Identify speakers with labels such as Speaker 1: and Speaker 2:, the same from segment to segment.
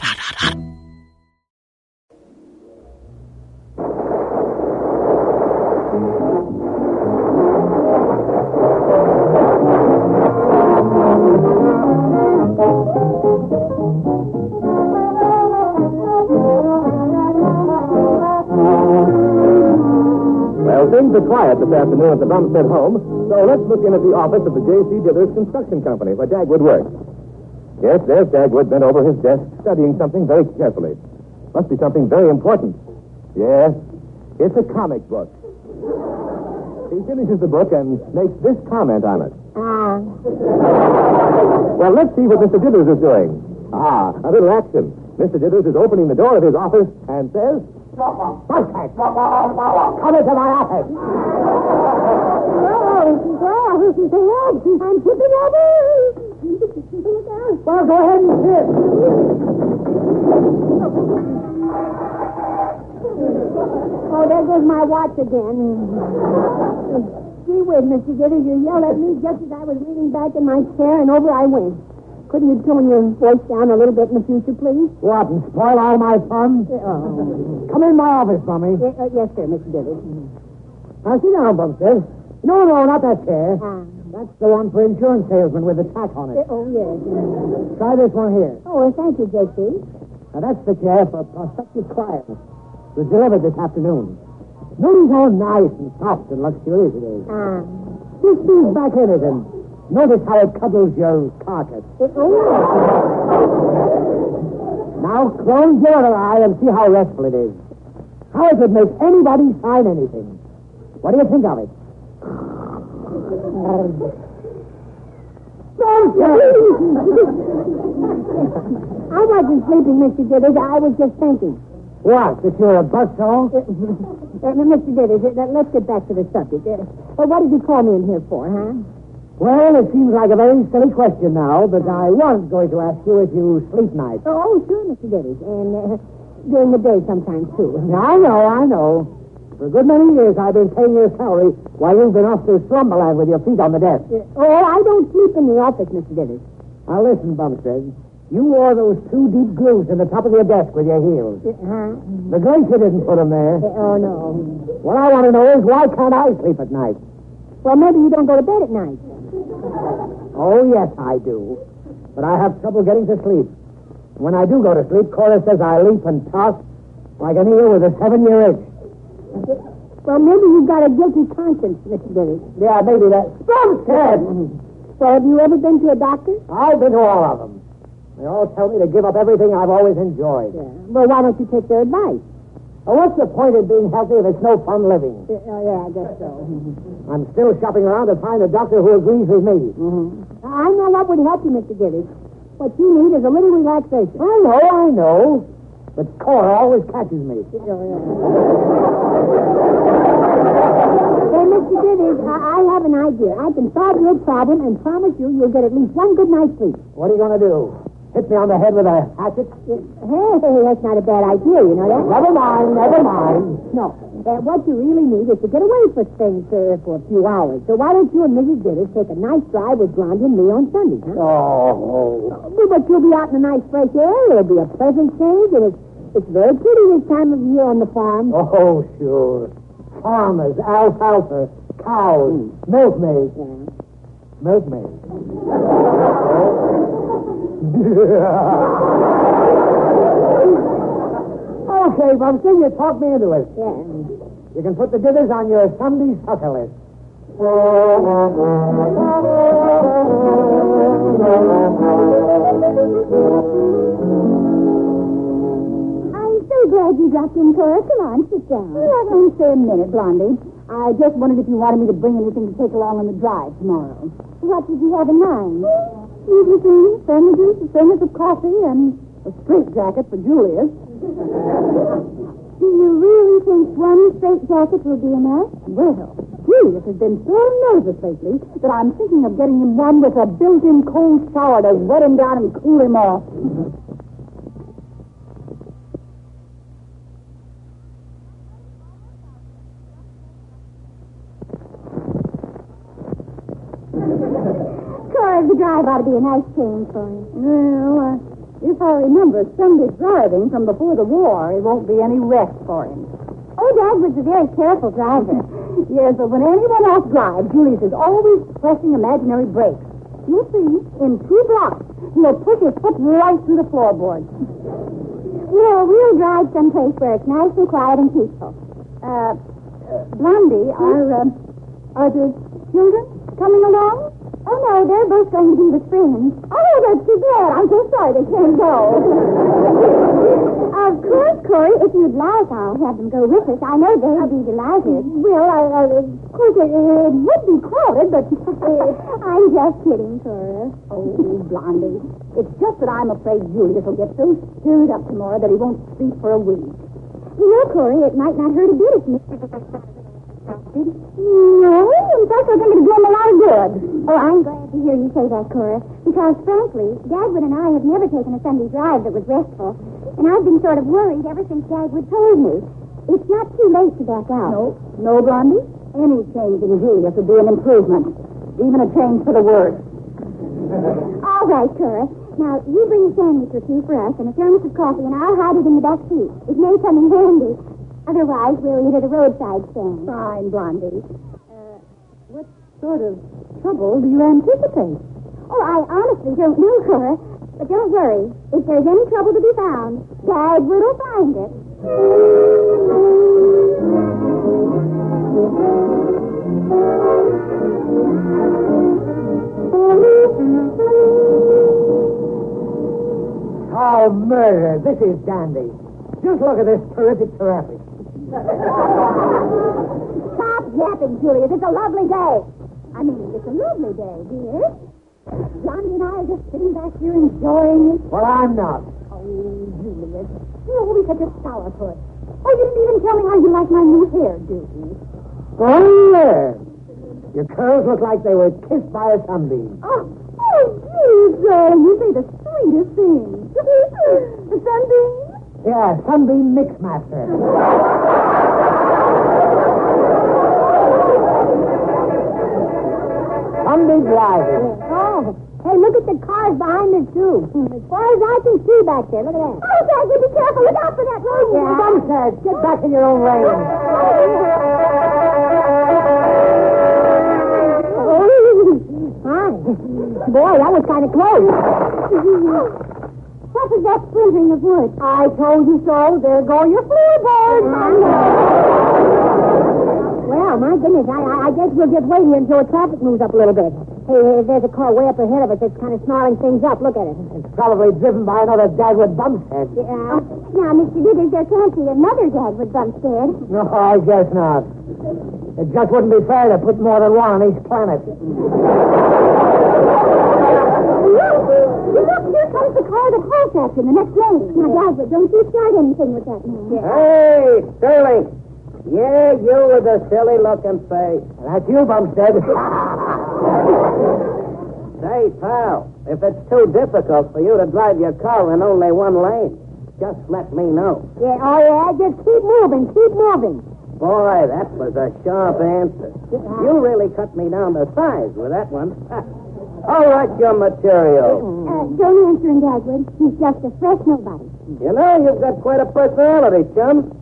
Speaker 1: hot, hot, hot.
Speaker 2: Well, things are quiet this afternoon at the Bumstead home, so let's look in at the office of the J.C. Dithers Construction Company where Dagwood works. Yes, there's Dagwood bent over his desk, studying something very carefully. Must be something very important. Yes, it's a comic book. He finishes the book and makes this comment on it. Well, let's see what Mr. Dithers is doing. Ah, a little action. Mr. Dithers is opening the door of his office and says, Bumstead, come into my office.
Speaker 3: Oh, well, go ahead. I'm tipping over. Look out.
Speaker 2: Well, go ahead and sit.
Speaker 3: Oh, there goes my watch again. Gee whiz, Mr. Gitters, you yelled at me just as I was leaning back in my chair, and over I went. Couldn't you tone your voice down a little bit in the future, please?
Speaker 2: What, and spoil all my fun?
Speaker 3: Oh.
Speaker 2: Come in my office, Mummy.
Speaker 3: Ye- uh, yes, sir, Mr. Gitters.
Speaker 2: Now, sit down, Bumstead. No, no, not that chair.
Speaker 3: Ah.
Speaker 2: That's the one for insurance salesmen with the tack on it.
Speaker 3: Oh, yes.
Speaker 2: Try this one here.
Speaker 3: Oh, well, thank you, J.C.
Speaker 2: Now, that's the chair for prospective clients. It was delivered this afternoon. Notice how nice and soft and luxurious it is.
Speaker 3: Ah.
Speaker 2: This leans back in it, and notice how it cuddles your carcass.
Speaker 3: Oh,
Speaker 2: Now, close your other eye and see how restful it is. How it could make anybody sign anything. What do you think of it? Don't
Speaker 3: I wasn't sleeping, Mr. Gitters. I was just thinking.
Speaker 2: What, that you're a busshole?
Speaker 3: Uh, Mr. Diddy, uh, let's get back to the subject. Uh, well, what did you call me in here for, huh?
Speaker 2: Well, it seems like a very silly question now, but I was going to ask you if you sleep nights.
Speaker 3: Oh, sure, Mr. Diddy. And uh, during the day sometimes, too.
Speaker 2: I know, I know. For a good many years I've been paying your salary while you've been off to slumberland with your feet on the desk.
Speaker 3: Uh, oh, I don't sleep in the office, Mr. Diddy.
Speaker 2: Now listen, Bumstead. You wore those two deep grooves in the top of your desk with your heels.
Speaker 3: huh?
Speaker 2: The glacier didn't put them there.
Speaker 3: uh-huh. oh, no.
Speaker 2: What I want to know is why can't I sleep at night?
Speaker 3: Well, maybe you don't go to bed at night.
Speaker 2: Oh, yes, I do. But I have trouble getting to sleep. When I do go to sleep, Cora says I leap and toss like an eel with a seven-year itch.
Speaker 3: Well, maybe you've got a guilty conscience, Mr. Diddy.
Speaker 2: Yeah, maybe that's... Bumstead!
Speaker 3: So have you ever been to a doctor?
Speaker 2: I've been to all of them. They all tell me to give up everything I've always enjoyed.
Speaker 3: Well, why don't you take their advice?
Speaker 2: Well, what's the point of being healthy if it's no fun living?
Speaker 3: Uh, oh, yeah, I guess so.
Speaker 2: I'm still shopping around to find a doctor who agrees with me.
Speaker 3: Mm-hmm. I know what would help you, Mr. Diddy. What you need is a little relaxation.
Speaker 2: I know, I know. But Cora always catches me.
Speaker 3: Oh, Hey, Mr. Dithers, I-, I have an idea. I can solve your problem and promise you you'll get at least one good night's sleep.
Speaker 2: What are you going to do? Hit me on the head with a hatchet?
Speaker 3: Hey, that's not a bad idea, you know that?
Speaker 2: Never mind, never mind.
Speaker 3: No. Uh, what you really need is to get away from things uh, for a few hours. So why don't you and Mrs. Dithers take a nice drive with Blondie and me on Sunday, huh?
Speaker 2: Oh,
Speaker 3: Well, But you'll be out in a nice fresh air. It'll be a pleasant change, and it's, it's very pretty this time of year on the farm.
Speaker 2: oh, sure. Farmers, alfalfa, cows, milkmaids. Milkmaids. okay,
Speaker 4: Okay, Bumpkin, you talked me into it.
Speaker 3: Yeah.
Speaker 4: You can put the dithers on your Sunday sucker list.
Speaker 3: I'm so glad you dropped in, Cora. Come on, sit down. Well, I'll only stay a minute, Blondie. I just wondered if you wanted me to bring anything to take along on the drive tomorrow. What did you have in mind? Everything. Sandwiches, a thermos of coffee, and a straitjacket for Julius. Do you really think one straitjacket will be enough? Well, Julius has been so nervous lately that I'm thinking of getting him one with a built-in cold shower to wet him down and cool him off. Cora, the drive ought to be a nice change for you. Well, uh, if I remember Sunday driving from before the war, it won't be any rest for him. Oh, Dad was a very careful driver. yes, but when anyone else drives, Julius is always pressing imaginary brakes. You'll see, in two blocks, he'll push his foot right through the floorboard. well, we'll drive someplace where it's nice and quiet and peaceful. Uh, Blondie, are, uh, are the children coming along? Oh, no, they're both going to be with friends. Oh, that's too bad. I'm so sorry they can't go. of course, Corey, if you'd like, I'll have them go with us. I know they'll be delighted. Well, I, I, of course, it, it would be crowded, but... I'm just kidding, Cora. Oh, Blondie, it's just that I'm afraid Julius will get so stirred up tomorrow that he won't sleep for a week. You know, Corey, it might not hurt a bit if no, in fact, I think it'd do him a lot of good. Oh, I'm glad to hear you say that, Cora. Because, frankly, Dagwood and I have never taken a Sunday drive that was restful. And I've been sort of worried ever since Dagwood told me. It's not too late to back out. No, no, Blondie. Any change in Julius would be an improvement. Even a change for the worse. All right, Cora. Now, you bring a sandwich or two for us and a thermos of coffee, and I'll hide it in the back seat. It may come in handy. Otherwise, we'll eat at a roadside stand. Fine, Blondie. Uh, what sort of trouble do you anticipate? Oh, I honestly don't know, Cora. But don't worry. If there's any trouble to be found, Dad will find it.
Speaker 4: Oh, murder. This is dandy. Just look at this terrific traffic.
Speaker 3: Stop yapping, Julius. It's a lovely day. I mean, it's a lovely day, dear. Johnny and I are just sitting back here enjoying it.
Speaker 4: Well, I'm not.
Speaker 3: Oh, Julius, Oh, you're always such a sourpuss. Oh, you didn't even tell me how you like my new hairdo.
Speaker 4: Oh, yeah. Your curls look like they were kissed by a sunbeam.
Speaker 3: Oh, oh, gee, darling, you say the sweetest things. the sunbeam?
Speaker 4: Yeah, sunbeam mixmaster. Sunday driving.
Speaker 3: Oh, hey, look at the cars behind us, too. As far as I can see back there, look at that. Oh, Dad, you be careful. Look out Oh, for that road.
Speaker 4: You Bumpers, get back in your own lane.
Speaker 3: Hi. Boy, that was kind of close. what was that splintering of wood? I told you so. There go your floorboards. Well, my goodness, I, I, I guess we'll just wait here until the traffic moves up a little bit. Hey, hey, there's a car way up ahead of us that's kind of snarling things up. Look at it.
Speaker 4: It's probably driven by another Dagwood bumphead.
Speaker 3: Yeah. Now, Mr. Dithers, there can't be another Dagwood Bumpstead.
Speaker 4: No, I guess not. It just wouldn't be fair to put more than one on each planet.
Speaker 3: Look, look, here comes the car that halts us in the next lane. Now, Dagwood, don't you start anything with that man.
Speaker 2: Hey, Sterling. Yeah, you with a silly looking face.
Speaker 4: And that's you, Bumstead.
Speaker 2: Say, pal, if it's too difficult for you to drive your car in only one lane, just let me know.
Speaker 3: Yeah, oh, yeah, just keep moving, keep moving.
Speaker 2: Boy, that was a sharp answer. You really cut me down to size with that one. All right, your material.
Speaker 4: Hmm.
Speaker 3: Uh, don't answer him, Dagwood. He's just a fresh nobody.
Speaker 2: You know, you've got quite a personality, chum.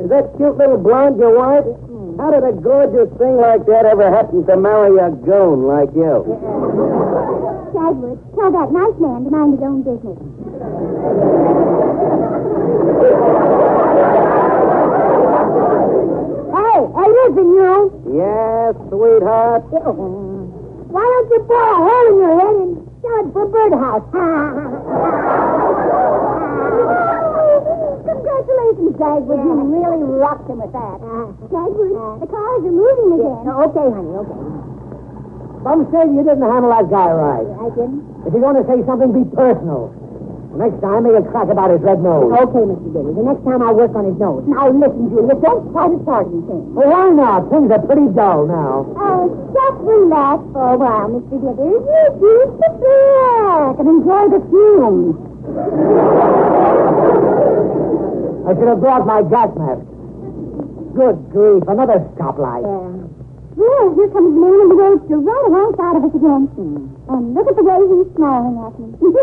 Speaker 2: Is that cute little blonde your wife?
Speaker 3: Mm-hmm.
Speaker 2: How did a gorgeous thing like that ever happen to marry a goon like you?
Speaker 3: Dagwood, tell that nice man to mind his own
Speaker 5: my
Speaker 3: business.
Speaker 5: sweetheart.
Speaker 3: Mm-hmm.
Speaker 4: Why don't you bore a hole in your head and sell it for a birdhouse? Congratulations, Dagwood. You really rocked him with that. Dagwood, the cars are moving again. Uh-huh. okay, honey, okay.
Speaker 3: Bum said you didn't handle that guy right.
Speaker 4: I didn't.
Speaker 3: If you're going to say something, be personal. Next time, make a crack about his red nose.
Speaker 4: Okay, Mr. Daly. The next time I'll work on his nose. Now, listen, Julia. Don't try to start anything.
Speaker 3: Well, why not? Things are pretty dull now.
Speaker 4: Oh, just relax for a while, Mr. Dithers. You just sit back and enjoy the fumes.
Speaker 3: I should have brought my gas mask. Good grief, another stoplight.
Speaker 4: Yeah. Well, here comes man in the roadster right alongside of us again. And look at the way he's smiling at me. and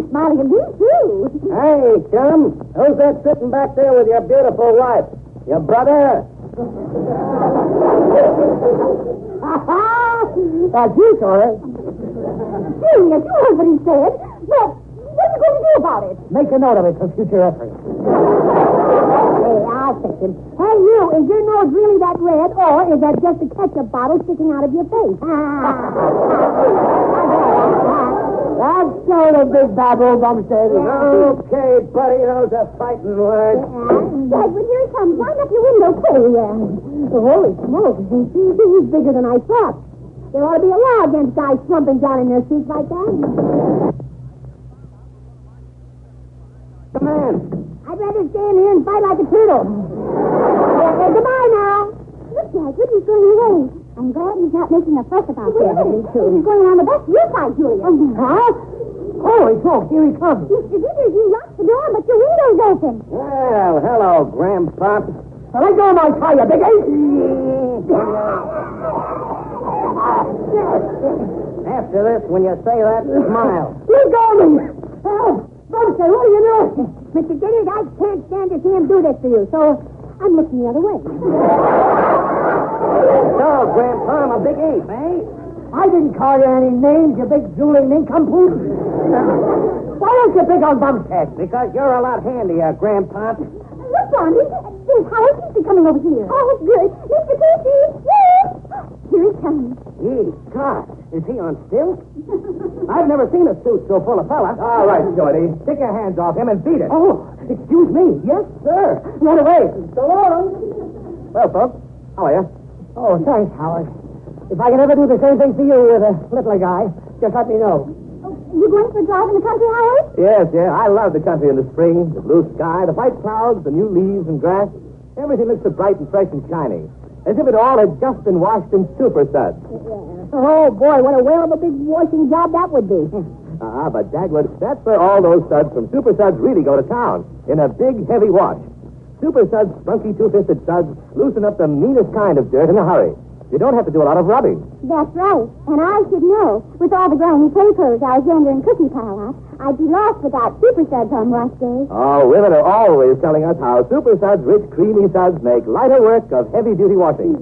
Speaker 4: he's smiling at me, too.
Speaker 5: Hey, chum, who's that sitting back there with your beautiful wife? Your brother?
Speaker 3: That's you, Cora.
Speaker 4: Julius, you heard what he said. Well, what are you going to do about it?
Speaker 3: Make a note of it for future efforts.
Speaker 4: Hey, I'll fix him. Hey, you, is your nose really that red, or is that just a ketchup bottle sticking out of your face?
Speaker 3: That's sort of big babble, Bum said.
Speaker 5: Okay, buddy, those are fighting words.
Speaker 4: Dagwood, here he comes. Wind up your window, quick. holy smokes, he's, he's bigger than I thought. There ought to be a law against guys slumping down in their seats like that.
Speaker 5: Come on.
Speaker 4: I'd rather stay in here and fight like a turtle. Uh, uh, goodbye now. Look, Dagwood, he's going away. I'm glad he's not making a fuss about this. He's going around the bus to your side, Julia.
Speaker 3: Huh? Holy smoke, here he comes.
Speaker 4: Mr. Dithers, you locked the door, but your window's open.
Speaker 5: Well, hello, Grandpop.
Speaker 3: Now let go of my tie, you big ape.
Speaker 5: After this, when you say that, smile.
Speaker 3: Let go of me. Help. Bum said, what are you doing?
Speaker 4: Mr. Dillard, I can't stand to see him do this to you, so I'm looking the other way.
Speaker 5: So,
Speaker 3: Oh,
Speaker 5: Grandpa, I'm a big ape, eh?
Speaker 3: I didn't call you any names, you big drooling nincompoop. Why don't you pick on Bumstead?
Speaker 5: Because you're a lot handier, Grandpa.
Speaker 4: Look, Blondie, there's Howard Casey coming over here. Oh, good. Mr. Casey, yes! Here he comes.
Speaker 5: Gee, God, is he on stilts? I've never seen a suit so full of fella.
Speaker 2: All right, Shorty. Take your hands off him and beat it.
Speaker 5: Oh, excuse me. Yes, sir. Run away. So long.
Speaker 2: Well, folks, how are you?
Speaker 3: Oh, thanks, Howard. If I can ever do the same thing for you with a littler guy, just let me know.
Speaker 4: Oh, you going for a drive in the country, Howard?
Speaker 2: Yes, yeah. I love the country in the spring, the blue sky, the white clouds, the new leaves and grass. Everything looks so bright and fresh and shiny, as if it all had just been washed in super suds.
Speaker 4: Oh, boy, what a whale of a big washing job that would be.
Speaker 2: Ah, but Dagwood, that's where all those suds from Super Suds really go to town, in a big, heavy wash. Super Suds, spunky, two-fisted suds, loosen up the meanest kind of dirt in a hurry. You don't have to do a lot of rubbing.
Speaker 4: That's right. And I should know. With all the grimy papers Alexander and Cookie pile up, I'd be lost without super suds on wash day.
Speaker 2: Oh, women are always telling us how Super Suds rich, creamy suds make lighter work of heavy-duty washing.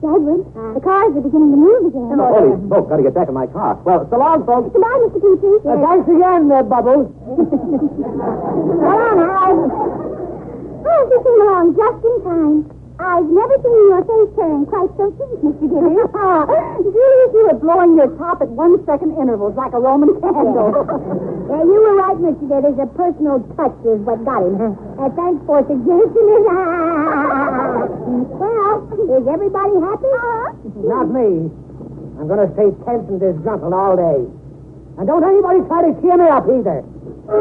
Speaker 4: Dagwood, the cars are beginning to move again.
Speaker 2: Holy smoke, gotta get back in my car. Well, so long, folks.
Speaker 4: Goodbye, Mr. Petrie.
Speaker 3: Uh, thanks again, uh, Bubbles.
Speaker 4: Come on, Howard. Oh, you came along just in time. I've never seen your face turn quite so pink, Mr. Gibbons. Julius, you were blowing your top at one-second intervals like a Roman candle. Yeah, you were right, Mr. Gibbons. A personal touch is what got him. Uh, thanks for suggesting it. well, is everybody happy? Uh-huh.
Speaker 3: Not me. I'm going to stay tense and disgruntled all day. And don't anybody try to cheer me up either.
Speaker 4: Ah,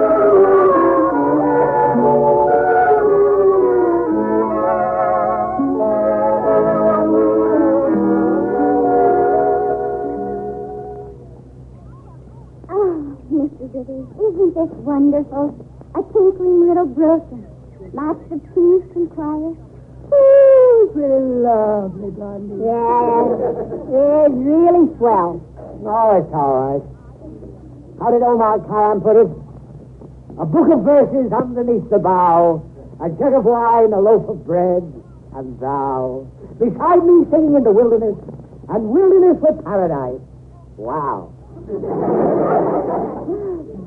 Speaker 4: Oh, Mr. Dithers, isn't this wonderful? A tinkling little broker. Lots of peace and quiet. Ooh, pretty lovely, Blondie. Yeah, it's really swell.
Speaker 3: No, it's all right. How did Omar Khayyam put it? A book of verses underneath the bough, a jug of wine, a loaf of bread, and thou beside me singing in the wilderness, and wilderness for paradise. Wow.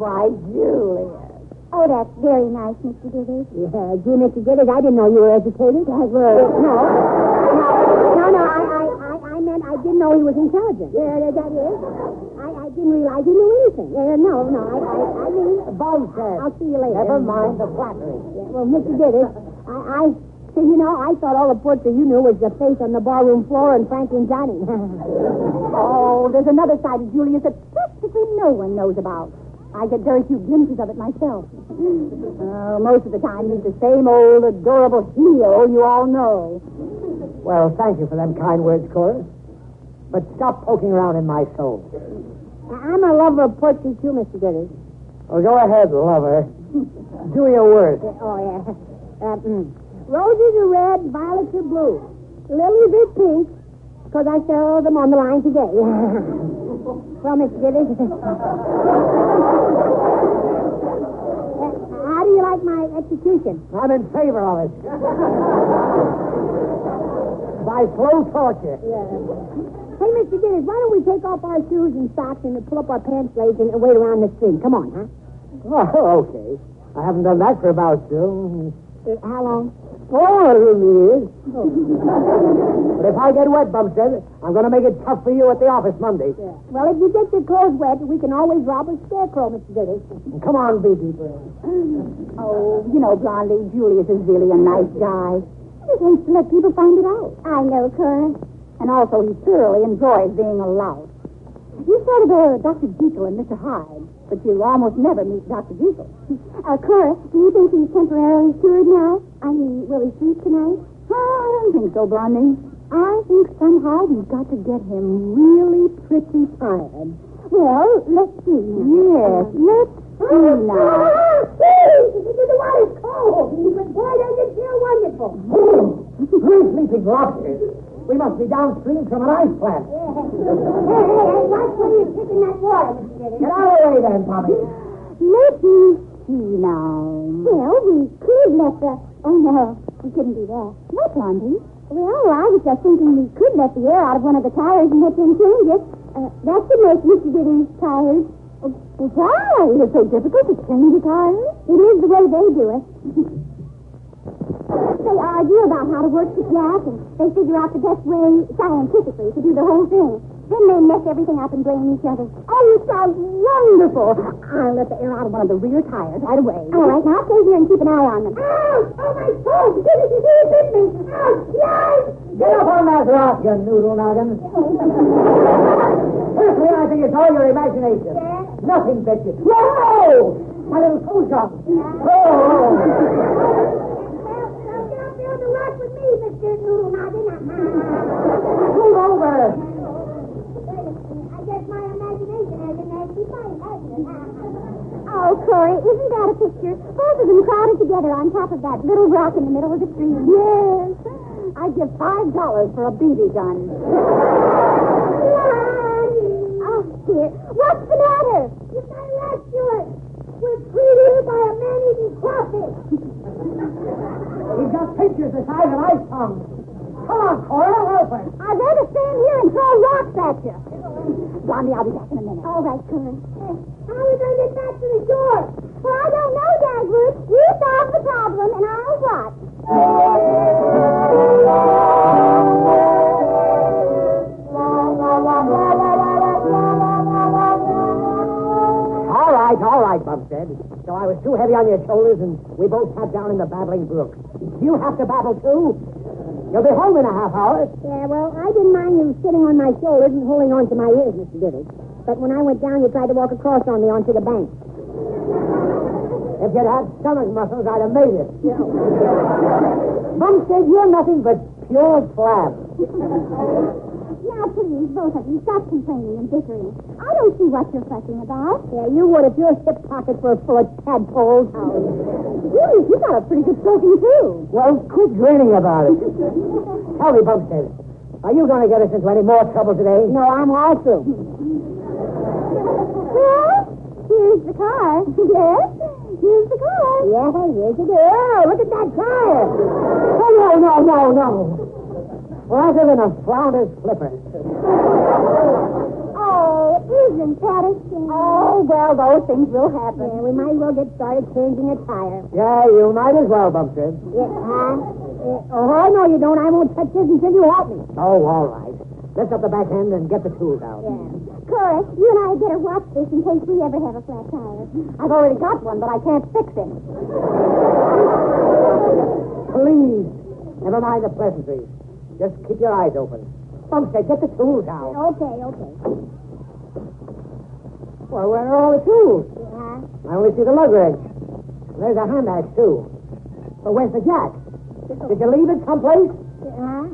Speaker 4: Why, Julia. Oh, that's very nice, Mr. Dithers.
Speaker 3: Uh,
Speaker 4: Yeah, dear Mr. Dithers, I didn't know you were educated. I was. No. No, no, I, I,
Speaker 6: didn't know he was intelligent.
Speaker 4: Yeah, that is. I, I didn't realize he knew anything. Uh, no, no, I, I, I mean,
Speaker 3: Boneset.
Speaker 4: I'll see you later.
Speaker 3: Never mind the flattery.
Speaker 4: Yeah, well, Mr. Diddick,
Speaker 6: I, I, see, you know, I thought all the portrait you knew was the face on the barroom floor and Franklin Johnny.
Speaker 4: oh, there's another side of Julius that practically no one knows about. I get very few glimpses of it myself.
Speaker 6: Uh,
Speaker 4: Oh, most of the time, he's the same old adorable heel you all know.
Speaker 3: Well, thank you for them kind words, Cora. But stop poking around in my soul.
Speaker 6: I'm a lover of portrait too, Mr. Diddy.
Speaker 3: Well, go ahead, lover. Do your worst.
Speaker 6: Oh, yeah. Uh, mm. Roses are red, violets are blue. Lilies are pink, because I saw them on the line today. well, Mr. Diddy. Uh, how do you like my execution?
Speaker 3: I'm in favor of it. By slow torture.
Speaker 6: Hey, Mr. Diddy, why don't we take off our shoes and socks and pull up our pants legs and wait around the street? Come on, huh?
Speaker 3: Oh, okay. I haven't done that for about two.
Speaker 6: Uh, how long?
Speaker 3: Four years. but if I get wet, Bumstead, I'm going to make it tough for you at the office Monday.
Speaker 6: Well, if you get your clothes wet, we can always rob a scarecrow, Mr. Diddy.
Speaker 3: Come on, Beaky. Bird.
Speaker 6: Oh, you know, Blondie, Julius is really a nice guy.
Speaker 4: I just hate to let people find it out. I know, Cora.
Speaker 6: And also, he thoroughly enjoys being a lout. You sort of are Dr. Jekyll and Mr. Hyde, but you almost never meet Dr. Jekyll.
Speaker 4: Uh, Cora, do you think he's temporarily cured now? I mean, will he sleep tonight?
Speaker 6: Oh, I don't think so, Blondie.
Speaker 4: I think somehow we've got to get him really pretty tired. Well, let's see.
Speaker 6: Yes,
Speaker 4: let's see
Speaker 6: Uh-huh.
Speaker 4: now.
Speaker 6: The water's cold, but boy, does it feel wonderful.
Speaker 3: Three sleeping lobsters. We must be downstream from an ice plant.
Speaker 6: Hey, hey, hey, watch where you're tipping that water, Mr. Diddy.
Speaker 3: Get out of the way then, Tommy.
Speaker 4: Let me.
Speaker 6: See now.
Speaker 4: Well, we could let the. Oh no, we couldn't do that. What, Blondie? Well, I was just thinking we could let the air out of one of the tires and let them change it. Uh, that should make Mr. Diddy tired. Uh, Why? It's so difficult to change the tires. It is the way they do it. they argue about how to work the jack, and they figure out the best way scientifically to do the whole thing. Then they mess everything up and blame each other.
Speaker 6: Oh, you sound wonderful. I'll let the air out of one of the rear tires right away.
Speaker 4: All right, now stay here and keep an eye on them.
Speaker 6: Ow! Oh, my soul! Diddy, he bit me! Ow! Yes!
Speaker 3: Get up on that rock, you noodle noggin. Personally, I think it's all your imagination. Nothing bit you. No! My little food shop. Oh! Move over.
Speaker 4: Oh, Corey, isn't that a picture? Both of them crowded together on top of that little rock in the middle of the street. Yes.
Speaker 6: I'd give five dollars for a BB gun.
Speaker 4: Oh, dear. What's the matter? You got last Stuart. We're treated by a man-eating crawfish.
Speaker 3: He's got pictures the size of ice tongues. Come on, Cora, help her.
Speaker 6: I'd rather stand here and throw rocks at you. Blondie, I'll be back in a minute.
Speaker 4: All right, Cora. How are we going to get back to the shore? Well, I don't know, Dagwood. You solve the problem, and I'll watch.
Speaker 3: All right, all right, Bumstead. So I was too heavy on your shoulders, and we both sat down in the babbling brook. You have to babble, too. You'll be home in a half hour.
Speaker 6: Yeah, well, I didn't mind you sitting on my shoulders and holding on to my ears, Mr. Diddy. But when I went down, you tried to walk across on me onto the bank.
Speaker 3: If you'd had stomach muscles, I'd have made it. Bumstead, you're nothing but pure flab.
Speaker 4: Now, please, both of you, stop complaining and bickering. I don't see what you're fussing about.
Speaker 6: Yeah, you would if your hip pockets were full of tadpoles. Julius, you got a pretty good soaking, too.
Speaker 3: Well, quit grinning about it. Tell me, Bumstead, are you going to get us into any more trouble today? Oh,
Speaker 6: No, I'm all through.
Speaker 4: Well, here's the car. Yes, here's the car.
Speaker 6: Yeah, yes you do. Oh, look at that tire.
Speaker 3: Oh, no, no, no, no. Rather than a flounder's flipper.
Speaker 4: Oh, isn't that a shame?
Speaker 6: Oh, well, those things will happen. Yeah, we might as well get started changing a tire.
Speaker 3: Yeah, you might as well, Bumstead.
Speaker 6: Yeah, huh? Yeah, Oh, I know you don't. I won't touch this until you help me.
Speaker 3: Oh, all right. Lift up the back end and get the tools out.
Speaker 4: Chorus, you and I had better watch this in case we ever have a flat tire. I've already got one, but I can't fix it.
Speaker 3: Please. Never mind the pleasantries. Just keep your eyes open. Bumpster, get the tools out.
Speaker 4: Okay, okay.
Speaker 3: Well, where are all the tools?
Speaker 4: Yeah.
Speaker 3: I only see the lug wrench. There's a hand axe, too. But where's the jack? Did you leave it someplace?
Speaker 4: Yeah.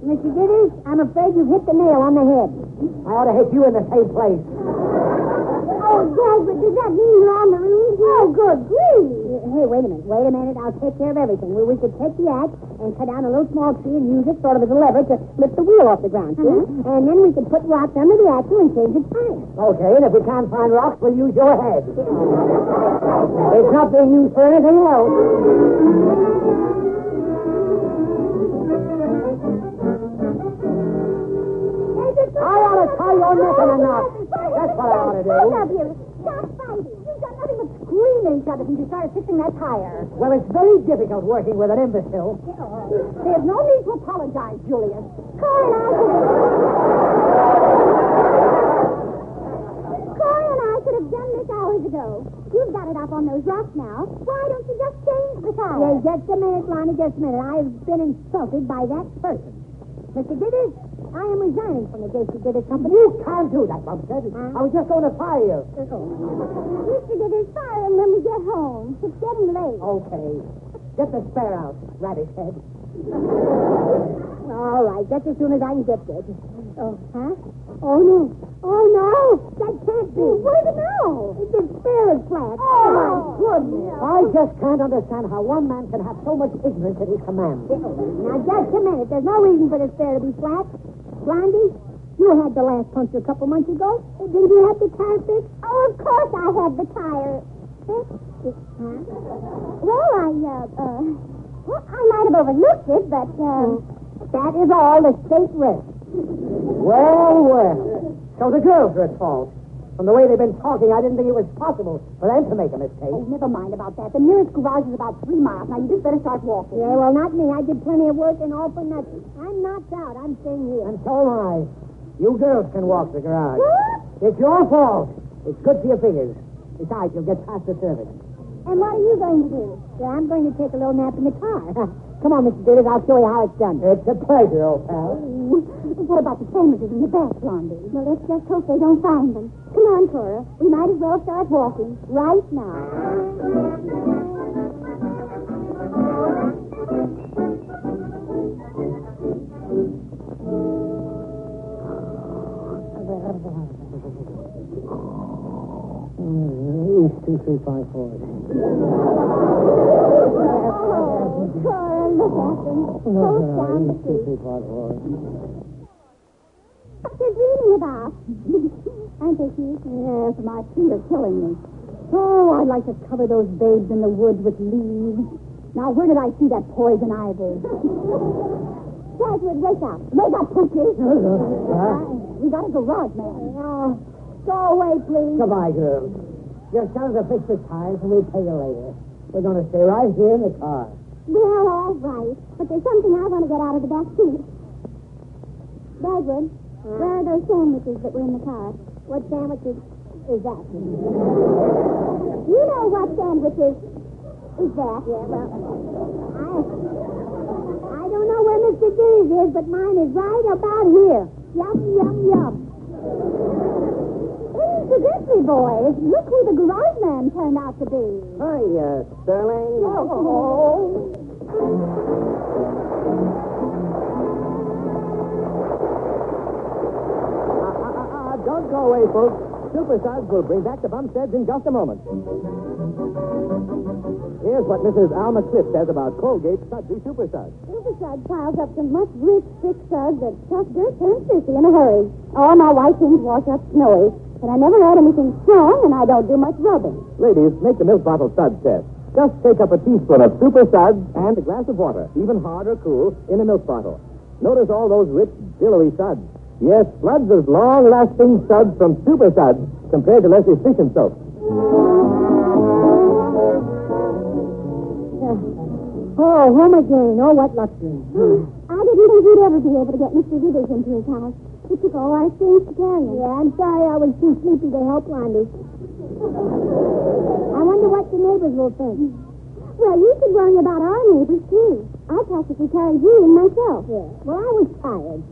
Speaker 4: Mr. Dithers, uh-huh. I'm afraid you've hit the nail on the head.
Speaker 3: I ought to hit you in the same place.
Speaker 4: Oh, Dagwood, does that mean you're on the room? Oh, good grief. Hey, wait a minute. Wait a minute. I'll take care of everything. We, we could take the axe and cut down a little small tree and use it sort of as a lever to lift the wheel off the ground, see? And then we could put rocks under the axle and change its tire.
Speaker 3: Okay, and if we can't find rocks, we'll use your head. It's not being used for anything else. I ought to tie your neck in a knot. That's what I ought to do.
Speaker 4: Hold up here. Stop fighting. You've got nothing but screaming at each other since you started fixing that tire.
Speaker 3: Well, it's very difficult working with an imbecile.
Speaker 4: There's no need to apologize, Julius. Corey and I could have... Corey and I could have done this hours ago. You've got it up on those rocks now. Why don't you just change the tire? Yeah, just a minute, Lonnie, just a minute. I've been insulted by that person. Mr. Dithers, I am resigning from the J.C. Dithers Company.
Speaker 3: You can't do that, Bumpstead.
Speaker 4: Hmm?
Speaker 3: I was just going to fire you.
Speaker 4: Mr. Dithers, fire him when we get home. It's getting late.
Speaker 3: Okay. Get the spare out, radish head.
Speaker 4: All right, just as soon as I can get there. Oh, huh? Oh, no. Oh, no. That can't be. where to know? The spare is flat. Oh, my goodness.
Speaker 3: I just can't understand how one man can have so much ignorance at his command.
Speaker 4: Now, just a minute. There's no reason for the spare to be flat. Blondie, you had the last puncture a couple months ago. Did you have the tire fixed? Oh, of course I had the tire fixed. Huh? Well, I, uh, uh, well, I might have overlooked it, but, uh, that is all the state risk.
Speaker 3: Well, well. So the girls are at fault. From the way they've been talking, I didn't think it was possible for them to make a mistake.
Speaker 4: Oh, never mind about that. The nearest garage is about three miles. Now, you just better start walking. Yeah, well, not me. I did plenty of work and all for nothing. I'm knocked out. I'm staying here.
Speaker 3: And so am I. You girls can walk the garage. It's your fault. It's good for your fingers. Besides, you'll get past the service.
Speaker 4: And what are you going to do? Yeah, I'm going to take a little nap in the car.
Speaker 3: Come on, Mr. Davis. I'll show you how it's done. It's a pleasure, old pal.
Speaker 4: what about the sandwiches in the back, Blondie? Well, let's just hope they don't find them. Come on, Cora. We might as well start walking right now.
Speaker 3: East two three five four.
Speaker 4: Oh, Cora, look at them. So down the
Speaker 3: East two three five four.
Speaker 4: What you dreaming about? Aren't they cute? Yes, my feet are killing me. Oh, I'd like to cover those babes in the woods with leaves. Now, where did I see that poison ivy? Dagwood, wake up. Wake up, Pookie. we got a garage man. Oh, go away, please.
Speaker 3: Goodbye, girls. Your sons are fixed the tires, and we'll pay you later. We're going to stay right here in the car.
Speaker 4: Well, all right. But there's something I want to get out of the back seat. Dagwood, where are those sandwiches that were in the car? What sandwiches is that? you know what sandwiches is that. Yeah, well, I, I don't know where Mr. D's is, but mine is right about here. Yum, yum, yum. Hey, Mr. Grizzly Boy, look who the garage man turned out to be.
Speaker 3: uh,
Speaker 5: Hiya, Sterling.
Speaker 4: Oh.
Speaker 5: Uh, don't go away, folks. Super Sarge will bring back the Bumsteads in just a moment. Here's what Mrs. Alma Smith says about Colgate's Sudsy Super Sarge.
Speaker 4: Riverside piles up so much rich, thick suds that tough dirt turns thirsty in a hurry. All my white things wash up snowy, but I never add anything strong, and I don't do much rubbing.
Speaker 5: Ladies, make the milk bottle suds test. Just take up a teaspoon of Super Suds and a glass of water, even hard or cool, in a milk bottle. Notice all those rich, billowy suds. Yes, floods as long-lasting suds from Super Suds compared to less efficient soap.
Speaker 4: Uh,
Speaker 6: Oh, home again. Oh, what luxury.
Speaker 4: I didn't think we'd ever be able to get Mr. Withers into his house. He took all our things to carry us.
Speaker 6: Yeah, I'm sorry I was too sleepy to help Blondie.
Speaker 4: I wonder what the neighbors will think. Well, you should worry about our neighbors, too. I practically carried you in myself.
Speaker 6: Yeah. Well, I was tired.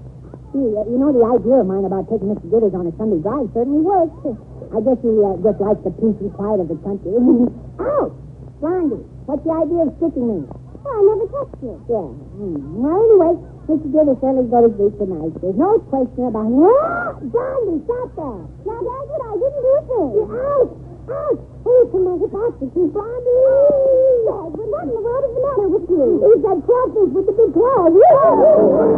Speaker 6: Gee, uh, you know, the idea of mine about taking Mr. Withers on a Sunday drive certainly worked. I guess he uh, just likes the peace and quiet of the country. Ouch! Blondie, what's the idea of sticking me?
Speaker 4: Well, I never touched you.
Speaker 6: Yeah. Hmm. Well, anyway, Mr. Davis certainly go to sleep tonight. There's no question about it.
Speaker 4: Ah, Blondie, stop that. Now, Dagwood, I didn't do this. Ouch! Ouch!
Speaker 6: Oh,
Speaker 4: Hey, come on, get back to you, Blondie. Dagwood, what in the world is the matter with you? Oh.
Speaker 6: He's that crawfish with the big claws.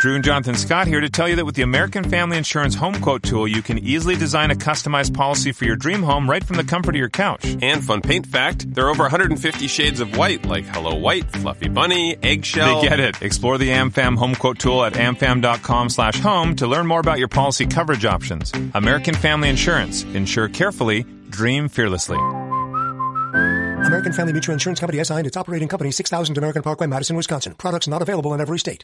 Speaker 7: Drew and Jonathan Scott here to tell you that with the American Family Insurance Home Quote Tool, you can easily design a customized policy for your dream home right from the comfort of your couch.
Speaker 8: And fun paint fact, there are over 150 shades of white, like Hello White, Fluffy Bunny, Eggshell.
Speaker 7: They get it. Explore the AmFam Home Quote Tool at amfam.com slash home to learn more about your policy coverage options. American Family Insurance. Insure carefully, dream fearlessly.
Speaker 9: American Family Mutual Insurance Company SI and its operating company, 6000 American Parkway, Madison, Wisconsin. Products not available in every state.